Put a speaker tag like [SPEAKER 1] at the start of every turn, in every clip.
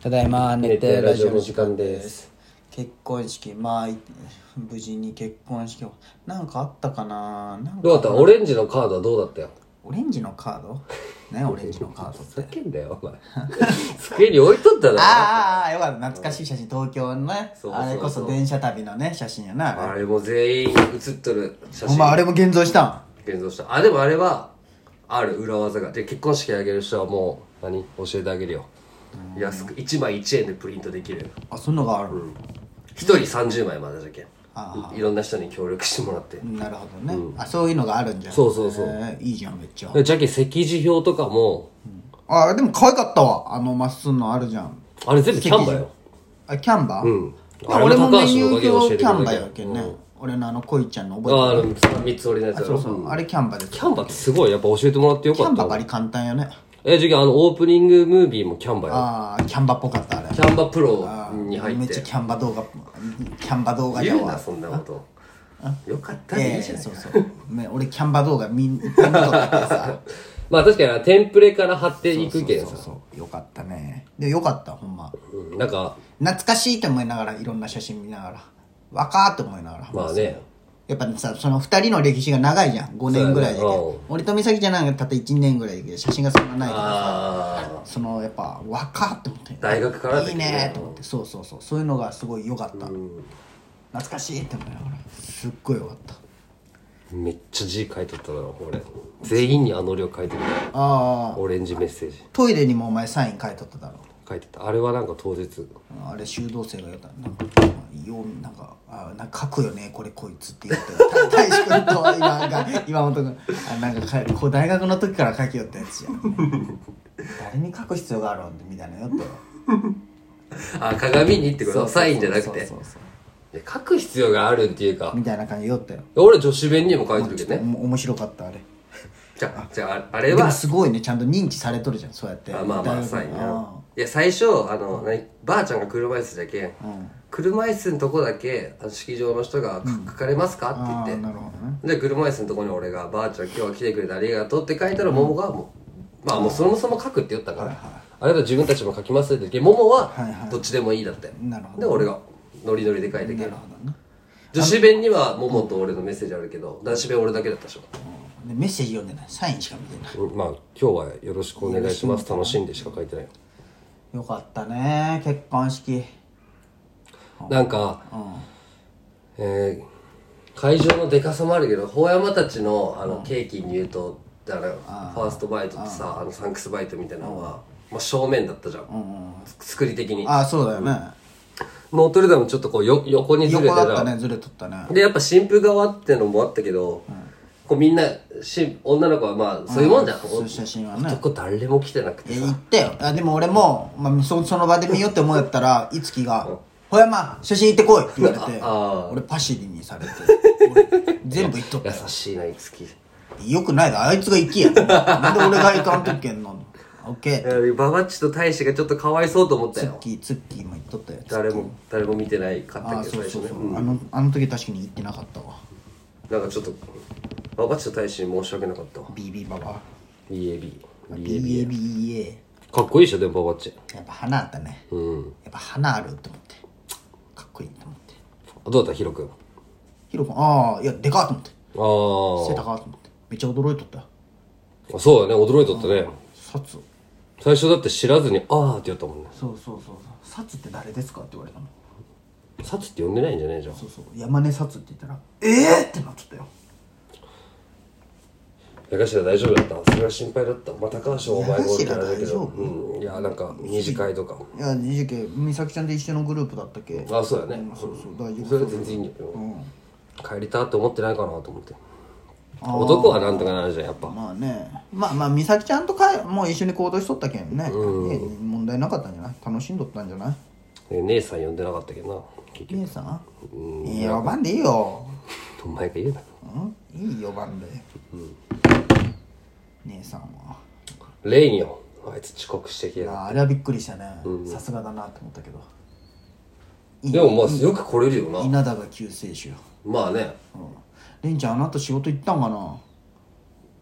[SPEAKER 1] ただいま
[SPEAKER 2] 寝
[SPEAKER 1] 寝
[SPEAKER 2] て
[SPEAKER 1] て
[SPEAKER 2] ラ
[SPEAKER 1] ラ
[SPEAKER 2] ジ
[SPEAKER 1] ジ
[SPEAKER 2] オ
[SPEAKER 1] オ
[SPEAKER 2] の
[SPEAKER 1] の
[SPEAKER 2] 時
[SPEAKER 1] 時
[SPEAKER 2] 間
[SPEAKER 1] 間
[SPEAKER 2] で
[SPEAKER 1] ですす結婚式まあい無事に結婚式をなんかあったかななんか
[SPEAKER 2] どうだったオレンジのカードはどうだったよ
[SPEAKER 1] オレンジのカード ねオレンジのカードって
[SPEAKER 2] ふざけんだよ お前机に置いとっただろ
[SPEAKER 1] ああよかった懐かしい写真東京のね
[SPEAKER 2] そうそうそう
[SPEAKER 1] あれこそ電車旅のね写真やな
[SPEAKER 2] あ
[SPEAKER 1] あれ
[SPEAKER 2] れも全員写っとる写
[SPEAKER 1] お
[SPEAKER 2] 真
[SPEAKER 1] 前あれも現像したん
[SPEAKER 2] 現像したあでもあれはある裏技がで結婚式あげる人はもう何教えてあげるよ安く1枚1円でプリントできる
[SPEAKER 1] あそんのがある、
[SPEAKER 2] 1人30枚までじゃけ
[SPEAKER 1] あ
[SPEAKER 2] んいいろんな人に協力してもらって
[SPEAKER 1] なるほどね、あそういうのがあるんじゃん
[SPEAKER 2] そうそうそう
[SPEAKER 1] へえいいじゃんめっちゃ
[SPEAKER 2] じゃけん席次表とかも
[SPEAKER 1] あでも可愛かったわあのまっすぐのあるじゃん
[SPEAKER 2] あれ全部キャンバよ
[SPEAKER 1] あキャンバーうん
[SPEAKER 2] あれ
[SPEAKER 1] 俺もメニ
[SPEAKER 2] 高橋の
[SPEAKER 1] ュ
[SPEAKER 2] おかげで
[SPEAKER 1] ー表キ
[SPEAKER 2] 教えてくれたけど
[SPEAKER 1] ャンバーやけんね、俺のあの恋ちゃんの覚えて
[SPEAKER 2] あ
[SPEAKER 1] る
[SPEAKER 2] あの3つ折りのやつや
[SPEAKER 1] そ
[SPEAKER 2] ろ
[SPEAKER 1] うそうあれキャンバーです
[SPEAKER 2] キャンバってすごいやっぱ教えてもらってよ
[SPEAKER 1] キャ
[SPEAKER 2] か
[SPEAKER 1] ン
[SPEAKER 2] っ
[SPEAKER 1] バー
[SPEAKER 2] た
[SPEAKER 1] バリ簡単よね
[SPEAKER 2] えじゃけんあのオープニングムービーもキャンバよ
[SPEAKER 1] ああキャンバーっぽかったあれ
[SPEAKER 2] キャンバプロ
[SPEAKER 1] あー
[SPEAKER 2] に入っ
[SPEAKER 1] めっちゃ
[SPEAKER 2] て
[SPEAKER 1] キャンバ動画キャンバ動画や
[SPEAKER 2] 言う
[SPEAKER 1] わ
[SPEAKER 2] なそんなことよかった
[SPEAKER 1] え
[SPEAKER 2] ねい
[SPEAKER 1] え
[SPEAKER 2] いじゃない
[SPEAKER 1] そうそうね俺キャンバ動画みんいっぱい見とったからさ
[SPEAKER 2] まあ確かにテンプレから貼っていくけん
[SPEAKER 1] そう
[SPEAKER 2] さ
[SPEAKER 1] そうよかったねでよかったほんま
[SPEAKER 2] うんなんか
[SPEAKER 1] 懐かしいと思いながらいろんな写真見ながら若ーって思いながら、
[SPEAKER 2] まあね
[SPEAKER 1] やっぱさその2人の歴史が長いじゃん5年ぐらいだけ
[SPEAKER 2] そうやなうん
[SPEAKER 1] ど俺と美咲ちゃんなんかたった1年ぐらいだけど写真がそんなないから
[SPEAKER 2] あ
[SPEAKER 1] そのやっぱ若ーって思って
[SPEAKER 2] 大学からだけ
[SPEAKER 1] いい
[SPEAKER 2] どね
[SPEAKER 1] ねーと思ってそうそうそうそういうのがすごい良かった、懐かしいって思いながらすっごい良かった
[SPEAKER 2] あめっちゃ字書いとっただろ俺全員にあの量書いてる
[SPEAKER 1] ああ
[SPEAKER 2] オレンジメッセージ
[SPEAKER 1] トイレにもお前サイン書いとっただろ
[SPEAKER 2] 書いてたあれはなんか当日
[SPEAKER 1] あれ修道生が言ったなんかようなんかあなんか書くよねこれこいつって言って大志君と今が今本君あなんかかこう大学の時から書きよったやつじゃん誰に書く必要があるんみたいなよって
[SPEAKER 2] あ鏡にってことサインじゃなくて
[SPEAKER 1] そ
[SPEAKER 2] い
[SPEAKER 1] うそうそう
[SPEAKER 2] や書く必要があるっていうか
[SPEAKER 1] みたいな感じでよったよ
[SPEAKER 2] 俺女子弁にも書いてるけど
[SPEAKER 1] お
[SPEAKER 2] ね
[SPEAKER 1] も面白かったあれ
[SPEAKER 2] じゃあじゃああれ
[SPEAKER 1] でも
[SPEAKER 2] は
[SPEAKER 1] すごいねちゃんと認知されとるじゃんそうやって
[SPEAKER 2] あまあまあ
[SPEAKER 1] 大学の
[SPEAKER 2] サイン
[SPEAKER 1] あ
[SPEAKER 2] な。いや最初あの何ばあちゃんが車椅子じゃけん、車椅子のとこだけあの式場の人が「書かれますか?」
[SPEAKER 1] あ
[SPEAKER 2] って
[SPEAKER 1] ー
[SPEAKER 2] 言っ
[SPEAKER 1] なるほどね
[SPEAKER 2] てで車椅子のとこに俺が「ばあちゃん今日は来てくれてありがとう」って書いたら桃がもうまあもうそもそも書くって言ったから「あれだ自分たちも書きます」って言って桃はどっちでもいいだって
[SPEAKER 1] なるほど
[SPEAKER 2] で俺がノリノリで書いてけん
[SPEAKER 1] なるほどね
[SPEAKER 2] 女子弁には桃と俺のメッセージあるけど男子弁俺だけだったでしょ
[SPEAKER 1] でメッセージ読んでないサインしか見てない
[SPEAKER 2] まあ今日はよろしくお願いします楽しんでしか書いてないよ
[SPEAKER 1] よかったね結婚式
[SPEAKER 2] なんか、えー会場のでかさもあるけど法山たちのあのケーキに言うと、だからファーストバイトとさあのサンクスバイトみたいなのは、まあ、正面だったじゃん、つ作り的に
[SPEAKER 1] ああそうだよね、
[SPEAKER 2] ノートルダムちょっとこうよ横にずれて
[SPEAKER 1] 横だった
[SPEAKER 2] た、
[SPEAKER 1] ねずれとったね
[SPEAKER 2] でやっぱ新婦側ってのもあったけど、こうみんなし女の子はまあそういうもんじゃん、
[SPEAKER 1] そういう写真はね
[SPEAKER 2] 男誰も来てなくて
[SPEAKER 1] え
[SPEAKER 2] さ、
[SPEAKER 1] 行ったよあでも俺も、まあ、そその場で見ようって思うやったらいつきが「ほやま写真行ってこい」って言われて
[SPEAKER 2] あ
[SPEAKER 1] 俺パシリにされて俺全部行っとったよ
[SPEAKER 2] 優しいないつき
[SPEAKER 1] よくないだあいつが行きやなんで俺が行かんといけんのオッケー
[SPEAKER 2] ババッチと大使がちょっとかわいそうと思った
[SPEAKER 1] ツッ
[SPEAKER 2] よ
[SPEAKER 1] キーツッキーも行っとったよ
[SPEAKER 2] 誰も誰も見てないかった
[SPEAKER 1] ああそ
[SPEAKER 2] けど最
[SPEAKER 1] う
[SPEAKER 2] 初
[SPEAKER 1] そう
[SPEAKER 2] ね
[SPEAKER 1] そう、あのあの時確かに行ってなかったわ
[SPEAKER 2] なんかちょっとババッチと大使に申し訳なかったわ
[SPEAKER 1] BB ババ
[SPEAKER 2] BAB
[SPEAKER 1] BABEA
[SPEAKER 2] かっこいいでしょでもババッチ
[SPEAKER 1] やっぱ花あったね、
[SPEAKER 2] うん
[SPEAKER 1] やっぱ花あるって思ってかっこいいって思って
[SPEAKER 2] どうだったヒロ君
[SPEAKER 1] ヒロ君ああいやでかっと思って背
[SPEAKER 2] あ
[SPEAKER 1] 高っと思ってめっちゃ驚いとったよ
[SPEAKER 2] あそうだね驚いとったね
[SPEAKER 1] サツ
[SPEAKER 2] 最初だって知らずに「ああ」って言ったもんね
[SPEAKER 1] そうそうそうそうサツって誰ですかって言われたの
[SPEAKER 2] サツって呼んでないんじゃないじゃん
[SPEAKER 1] そうそう山根サツって言ったらええー、ってなっちゃったよ
[SPEAKER 2] 中頭大丈夫だったそれが心配だったまあ高橋はお前がおるからだ
[SPEAKER 1] 中頭
[SPEAKER 2] けど
[SPEAKER 1] 大丈夫
[SPEAKER 2] うんいやなんか二次会とか
[SPEAKER 1] いや二次系美咲ちゃんと一緒のグループだったっけ
[SPEAKER 2] あそうだね
[SPEAKER 1] そうそう大丈夫
[SPEAKER 2] それは全然いいんだけど
[SPEAKER 1] うん
[SPEAKER 2] 帰りたって思ってないかなと思って
[SPEAKER 1] あー
[SPEAKER 2] 男はなんとかなるじゃんやっぱ
[SPEAKER 1] まあねまあまあ美咲ちゃんとかいもう一緒に行動しとったけんね、ね問題なかったんじゃない楽しんどったんじゃない
[SPEAKER 2] ね姉さん呼んでなかったけどな結局
[SPEAKER 1] 姉さんいや呼ばんでいいよ、
[SPEAKER 2] お前が言うな
[SPEAKER 1] うん、いいよ呼ばんで、姉さんは
[SPEAKER 2] レインよあいつ遅刻してき
[SPEAKER 1] い
[SPEAKER 2] や
[SPEAKER 1] やあれはびっくりしたねさすがだなと思ったけどい
[SPEAKER 2] でもまあよく来れるよな
[SPEAKER 1] 稲田が救世主よ、
[SPEAKER 2] まあね
[SPEAKER 1] うん、レンちゃんあの後仕事行ったんかな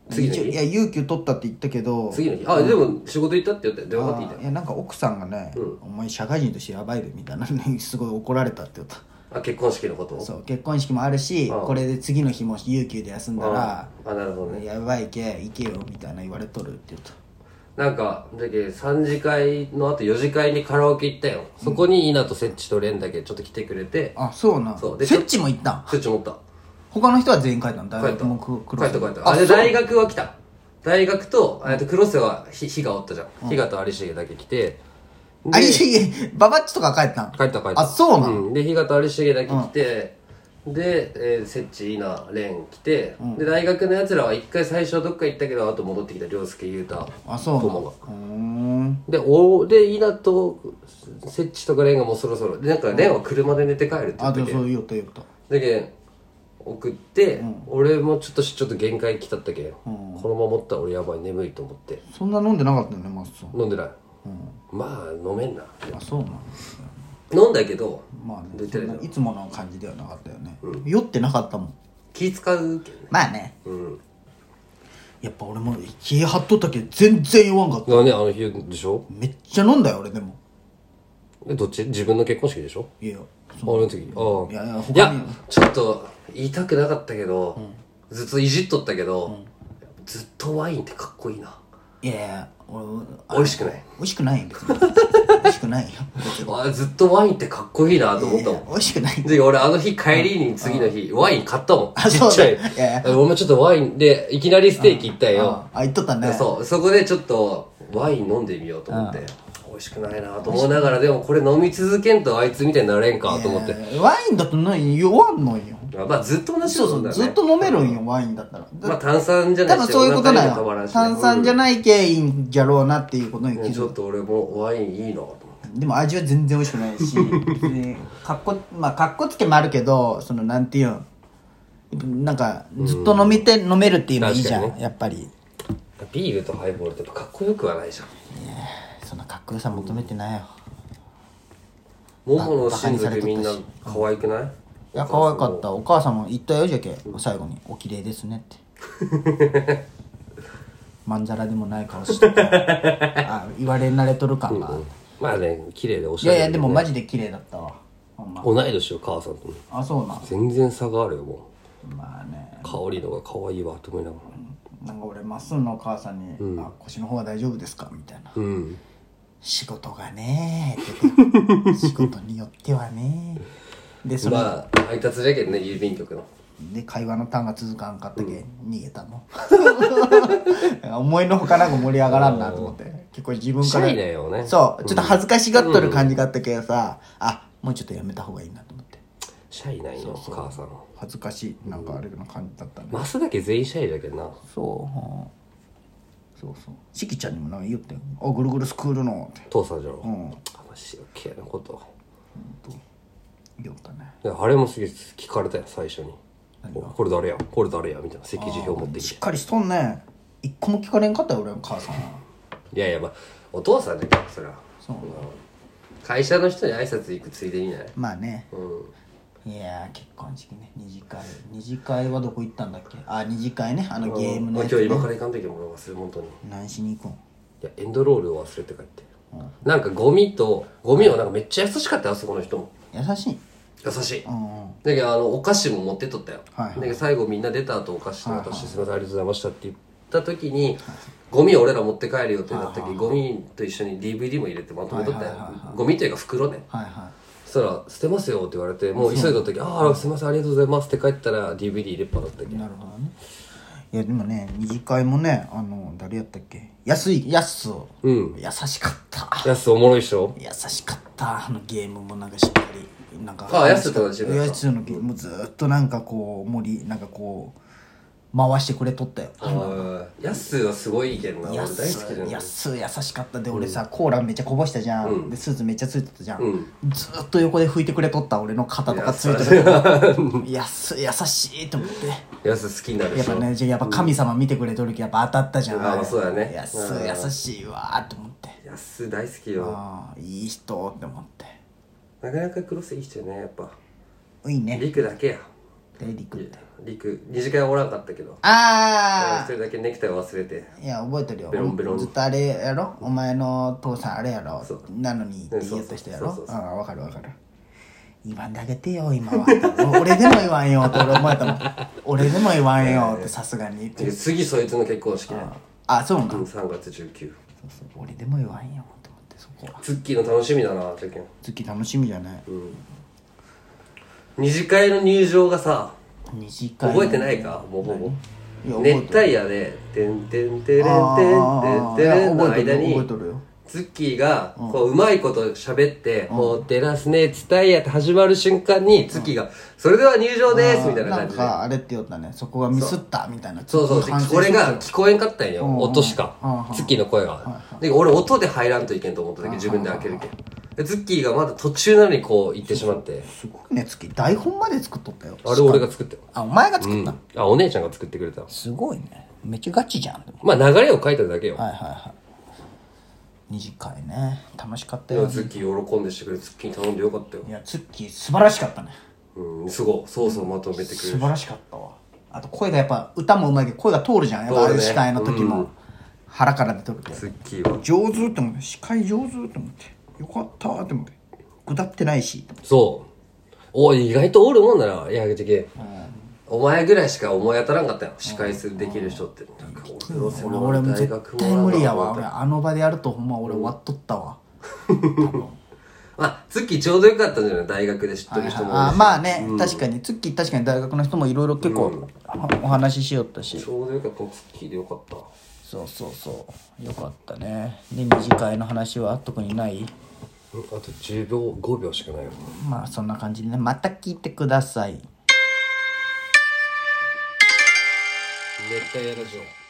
[SPEAKER 2] 次の日
[SPEAKER 1] 一応いや有給取ったって言ったけど
[SPEAKER 2] 次の日あでも仕事行ったって言って電話かかってき
[SPEAKER 1] あ
[SPEAKER 2] た
[SPEAKER 1] いやなんか奥さんがね、お前社会人としてやばいで」みたいなねすごい怒られたって言った
[SPEAKER 2] あ結婚式のこと
[SPEAKER 1] そう結婚式もあるしこれで次の日も有給で休んだら
[SPEAKER 2] あなるほどね
[SPEAKER 1] やばいけ行けよみたいな言われとるって言った
[SPEAKER 2] なんかだけど3次会のあと4次会にカラオケ行ったよそこに稲とセッチと蓮だけちょっと来てくれて
[SPEAKER 1] あそうなん
[SPEAKER 2] そうで
[SPEAKER 1] セッチも行ったん
[SPEAKER 2] セッチ持った
[SPEAKER 1] 他の人は全員帰ったん大
[SPEAKER 2] 帰っ
[SPEAKER 1] 学
[SPEAKER 2] た
[SPEAKER 1] もく
[SPEAKER 2] 帰った帰った
[SPEAKER 1] あ
[SPEAKER 2] あ
[SPEAKER 1] そ
[SPEAKER 2] で
[SPEAKER 1] う
[SPEAKER 2] 大学は来た大学とあえっと黒瀬はひひがおったじゃんひがと有重だけ来て
[SPEAKER 1] あいえいえババッチとか帰ったん
[SPEAKER 2] 帰った帰った
[SPEAKER 1] あそうなん
[SPEAKER 2] んで日向有重だけ来て、で、えー、セッチイナレン来て、で大学のやつらは一回最初どっか行ったけどあと戻ってきた涼介雄太
[SPEAKER 1] あそうなん
[SPEAKER 2] 友が
[SPEAKER 1] うーん
[SPEAKER 2] でおでイナとセッチとかレンがもうそろそろでなんかレンは車で寝て帰るって言
[SPEAKER 1] あ
[SPEAKER 2] った
[SPEAKER 1] で
[SPEAKER 2] け
[SPEAKER 1] も
[SPEAKER 2] ど
[SPEAKER 1] そう言おうと言おうと
[SPEAKER 2] だけん送って、俺もちょっとしちょっと限界来たったけ、ん、このまま持ったら俺やばい眠いと思って
[SPEAKER 1] そんな飲んでなかったよねマスさん
[SPEAKER 2] 飲んでない、まあ飲めんな
[SPEAKER 1] あそうなん
[SPEAKER 2] 飲んだけど、
[SPEAKER 1] まあね
[SPEAKER 2] 出てる
[SPEAKER 1] そんないつもの感じではなかったよね、酔ってなかったもん
[SPEAKER 2] 気使うけどね
[SPEAKER 1] まあね
[SPEAKER 2] うん
[SPEAKER 1] やっぱ俺も気張っとったけど全然酔わんかった
[SPEAKER 2] だねあの日でしょ
[SPEAKER 1] めっちゃ飲んだよ俺でも
[SPEAKER 2] えどっち自分の結婚式でしょ
[SPEAKER 1] いや
[SPEAKER 2] あ俺の時ああ
[SPEAKER 1] いやいや
[SPEAKER 2] いや
[SPEAKER 1] 他に
[SPEAKER 2] ちょっと言いたくなかったけど、ずっといじっとったけど、ずっとワインってかっこいいない
[SPEAKER 1] やいや俺
[SPEAKER 2] 美味しくない
[SPEAKER 1] 美味しくないよ別に美味しくないよ
[SPEAKER 2] あずっとワインってかっこいいなと思っ
[SPEAKER 1] い
[SPEAKER 2] た
[SPEAKER 1] や
[SPEAKER 2] も
[SPEAKER 1] いや
[SPEAKER 2] ん
[SPEAKER 1] 美味しくない
[SPEAKER 2] で俺あの日帰りに次の日ワイン買ったもん
[SPEAKER 1] あ
[SPEAKER 2] ちっちゃい
[SPEAKER 1] そうだいやい
[SPEAKER 2] あお前ちょっとワインでいきなりステーキ行ったよ
[SPEAKER 1] ああ言っとったね
[SPEAKER 2] そうそこでちょっとワイン飲んでみようと思って美味しくないなと思いながらでもこれ飲み続けんとあいつみたいになれんかと思って
[SPEAKER 1] いやワインだとない酔わんのんよ
[SPEAKER 2] まあずっと同じ
[SPEAKER 1] そう
[SPEAKER 2] こと
[SPEAKER 1] そ
[SPEAKER 2] なんだ
[SPEAKER 1] う
[SPEAKER 2] よね
[SPEAKER 1] ずっと飲めるんよワインだったら
[SPEAKER 2] まあ炭酸じゃ
[SPEAKER 1] 多
[SPEAKER 2] ない
[SPEAKER 1] 分そういうことな
[SPEAKER 2] お腹にもたまら
[SPEAKER 1] の
[SPEAKER 2] んしね
[SPEAKER 1] 炭酸じゃないけいいんじゃろうなっていうことに
[SPEAKER 2] うん
[SPEAKER 1] 気
[SPEAKER 2] ち
[SPEAKER 1] づ
[SPEAKER 2] ょ
[SPEAKER 1] い
[SPEAKER 2] っと俺もワインいいなと思って
[SPEAKER 1] でも味は全然美味しくない し別にかっこまあかっこつけもあるけどそのなんていうんなんかずっと飲みて飲めるっていうのいいじゃ
[SPEAKER 2] 確
[SPEAKER 1] んやっぱり
[SPEAKER 2] ビールとハイボールってやっぱかっこよくはないじゃん
[SPEAKER 1] そんなかっこよさ求めてないよ
[SPEAKER 2] モモの
[SPEAKER 1] バカ
[SPEAKER 2] 親
[SPEAKER 1] にされ
[SPEAKER 2] 族
[SPEAKER 1] とった
[SPEAKER 2] み
[SPEAKER 1] し
[SPEAKER 2] んな可愛くない
[SPEAKER 1] いや可愛かったお母さんも言ったよじゃけ最後に「お綺麗ですね」って まんざらでもない顔してたあ言われ慣れとる感が、
[SPEAKER 2] まあね綺麗でお
[SPEAKER 1] い
[SPEAKER 2] し
[SPEAKER 1] や
[SPEAKER 2] ゃれ
[SPEAKER 1] いやでもマジで綺麗だったわほんま
[SPEAKER 2] 同い年よ母さんと
[SPEAKER 1] あそうなん
[SPEAKER 2] 全然差があるよも
[SPEAKER 1] まあね
[SPEAKER 2] う香りの方が可愛いわと思いなが
[SPEAKER 1] なんか俺まっすんのお母さんに、あ「腰の方は大丈夫ですか?」みたいな
[SPEAKER 2] らうん
[SPEAKER 1] 「仕事がね」って言って仕事によってはねでそれ、
[SPEAKER 2] まあ配達じゃけんね郵便局の
[SPEAKER 1] で会話のターンが続かんかったけ、逃げたもん 思いのほかなんか盛り上がらんなと思って結構自分から
[SPEAKER 2] シャイだよね
[SPEAKER 1] そうちょっと恥ずかしがっとる感じがあったけどさ、あもうちょっとやめた方がいいなと思って
[SPEAKER 2] シャイないの母さん
[SPEAKER 1] 恥ずかしいなんかあれの感じだったね、
[SPEAKER 2] マスだけ全員シャイだけどな
[SPEAKER 1] そうはあそうそうしきちゃんにもなんか言ってよ「あぐるぐるスクールの」って
[SPEAKER 2] 父さんじゃろ
[SPEAKER 1] うん
[SPEAKER 2] 話余計なこと
[SPEAKER 1] 言ったね
[SPEAKER 2] いやあれもすげえ聞かれたよ最初におこれ誰やこれ誰やみたいな席次表持ってき
[SPEAKER 1] し
[SPEAKER 2] て
[SPEAKER 1] っかりしとんね一個も聞かれんかったよ俺の母さん
[SPEAKER 2] いやいやまあお父さんだけどそれは
[SPEAKER 1] そう
[SPEAKER 2] 会社の人に挨拶行くついでにない
[SPEAKER 1] まあね
[SPEAKER 2] うん
[SPEAKER 1] いやー結婚式ね二次会二次会はどこ行ったんだっけあ二次会ねあのゲームの
[SPEAKER 2] まあ
[SPEAKER 1] やつ、
[SPEAKER 2] 今日
[SPEAKER 1] ね、
[SPEAKER 2] 今から行かんときも俺忘れ物とにい
[SPEAKER 1] 何しに行くん
[SPEAKER 2] やエンドロールを忘れて帰ってなんかゴミとゴミをなんかめっちゃ優しかったよあそこの人も
[SPEAKER 1] 優しい
[SPEAKER 2] 優しい
[SPEAKER 1] うんうん
[SPEAKER 2] だけどあのお菓子も持ってっとったよ、
[SPEAKER 1] はいはい
[SPEAKER 2] だけど最後みんな出た後お菓子と私、すみませんありがとうございましたって言った時にゴミを俺ら持って帰るよってなった時ゴミと一緒に DVD も入れてまとめとったよ、
[SPEAKER 1] はいはいはいは
[SPEAKER 2] ゴミというか袋ね
[SPEAKER 1] はいは
[SPEAKER 2] そしたら「捨てますよ」って言われてもう急いだ時「ああすいませんありがとうございます」って帰ったら DVD 入れっぱだったっけ
[SPEAKER 1] いなるほどねいやでもね二次会もねあの誰やったっけ安い安を、
[SPEAKER 2] うん
[SPEAKER 1] 優しかった
[SPEAKER 2] やすおもろいっしょ
[SPEAKER 1] 優しかったあのゲームもなんかしっかりなんか
[SPEAKER 2] あやすと同じだ
[SPEAKER 1] やつのゲームずーっとなんかこう森なんかこう回してくれとったよ
[SPEAKER 2] ああやすはすごい意見な俺
[SPEAKER 1] や
[SPEAKER 2] 大
[SPEAKER 1] っ
[SPEAKER 2] 好き
[SPEAKER 1] す
[SPEAKER 2] じゃん
[SPEAKER 1] やっす優しかったで俺さ、コーラめっちゃこぼしたじゃん、でスーツめっちゃついてたじゃん、ずーっと横で拭いてくれとった俺の肩とかついてるやっす優しいと思って
[SPEAKER 2] やす好きになるで
[SPEAKER 1] やっ
[SPEAKER 2] し
[SPEAKER 1] ぱ
[SPEAKER 2] ょ
[SPEAKER 1] ねじゃあやっぱ神様見てくれとるけどやっぱ当たったじゃん、
[SPEAKER 2] あーそうだね
[SPEAKER 1] やっす優しいわーと思って
[SPEAKER 2] やす大好きよ
[SPEAKER 1] ああいい人って思って
[SPEAKER 2] なかなか黒瀬いい人よねやっぱ
[SPEAKER 1] いいね
[SPEAKER 2] リクだけや
[SPEAKER 1] 誰陸って
[SPEAKER 2] りく二次会はおらんかったけど一
[SPEAKER 1] あ
[SPEAKER 2] 人だけネクタイ忘れて
[SPEAKER 1] あいや覚えてるよ
[SPEAKER 2] ベロンベロン
[SPEAKER 1] ずっとあれやろお前の父さんあれやろ
[SPEAKER 2] そう
[SPEAKER 1] なのにって言った人やろ
[SPEAKER 2] そうそううんそうそう
[SPEAKER 1] わかるわかる言わんであげてよ今 は俺でも言わんよって俺思えたもん俺でも言わんよってさすがにって
[SPEAKER 2] 次そいつの結婚式だよ
[SPEAKER 1] あそうなんだ
[SPEAKER 2] う
[SPEAKER 1] そ
[SPEAKER 2] ん
[SPEAKER 1] う
[SPEAKER 2] 3月19
[SPEAKER 1] そう俺でも言わんよって思ってそこは
[SPEAKER 2] ツッキーの楽しみだなチョキン
[SPEAKER 1] 月楽しみじゃない
[SPEAKER 2] 二次会の入場がさ
[SPEAKER 1] 二次会
[SPEAKER 2] 覚えてないかもうほ
[SPEAKER 1] いや覚え
[SPEAKER 2] ぼ
[SPEAKER 1] てる
[SPEAKER 2] 熱帯夜で「てんてんてれんてんてん
[SPEAKER 1] あー
[SPEAKER 2] てれん」の
[SPEAKER 1] 覚えて
[SPEAKER 2] 間
[SPEAKER 1] る
[SPEAKER 2] に
[SPEAKER 1] 覚えてるよ
[SPEAKER 2] ツッキーがこううまいこと喋って「もう出らすね伝えや」って始まる瞬間にツッキーが「それでは入場です」みたいな感じで
[SPEAKER 1] んかあれって言ったねそこがミスったみたいな
[SPEAKER 2] そうそう
[SPEAKER 1] 反省し
[SPEAKER 2] これが聞こえんかったんよ、
[SPEAKER 1] うんうん
[SPEAKER 2] 音しか、
[SPEAKER 1] うんうん
[SPEAKER 2] ツッキーの声が、で俺音で入らんといけんと思っただけ自分で開けるけん、でツッキーがまだ途中なのにこう行ってしまって
[SPEAKER 1] すごいね月台本まで作っとったよ
[SPEAKER 2] あれ俺が作って
[SPEAKER 1] あお前が作った、
[SPEAKER 2] あお姉ちゃんが作ってくれた
[SPEAKER 1] すごいねめっちゃガチじゃんでも
[SPEAKER 2] まあ流れを書いただけよ、
[SPEAKER 1] はいはいはい二次会ね楽しかった
[SPEAKER 2] でも
[SPEAKER 1] よ
[SPEAKER 2] ツッキー喜んでしてくれてツッキーに頼んでよかったよ
[SPEAKER 1] いやツッキー素晴らしかったね
[SPEAKER 2] うんすごいそうそうまとめてくれるし
[SPEAKER 1] 素晴らしかったわあと声がやっぱ歌もうまいけど声が通るじゃんやっぱああいう司会の時も、腹から出とるけど
[SPEAKER 2] ツッキーは
[SPEAKER 1] 上手って思って司会上手って思ってよかったって思って歌ってないし
[SPEAKER 2] そうおい意外とおるもんだな矢口家お前ぐらいしか思い当たらんかったよ司会するできる人ってなんか俺のそ
[SPEAKER 1] 俺
[SPEAKER 2] の
[SPEAKER 1] 俺も
[SPEAKER 2] 大
[SPEAKER 1] 絶
[SPEAKER 2] 学も
[SPEAKER 1] 対無理やわ
[SPEAKER 2] なんか
[SPEAKER 1] 俺あの場でやるとほんま俺終わっとったわ
[SPEAKER 2] まあ、ツッキーちょうどよかったんじゃない大学で知ってる人も多いし
[SPEAKER 1] あーまあね、確かにツッキー確かに大学の人もいろいろ結構、お話ししよったし
[SPEAKER 2] ちょうどよかったツッキーでよかった
[SPEAKER 1] そうそうそうよかったねで二次会の話は特にない
[SPEAKER 2] うんあと10秒5秒しかないよ
[SPEAKER 1] まあそんな感じでねまた聞いてください
[SPEAKER 2] 熱帯夜ラジオ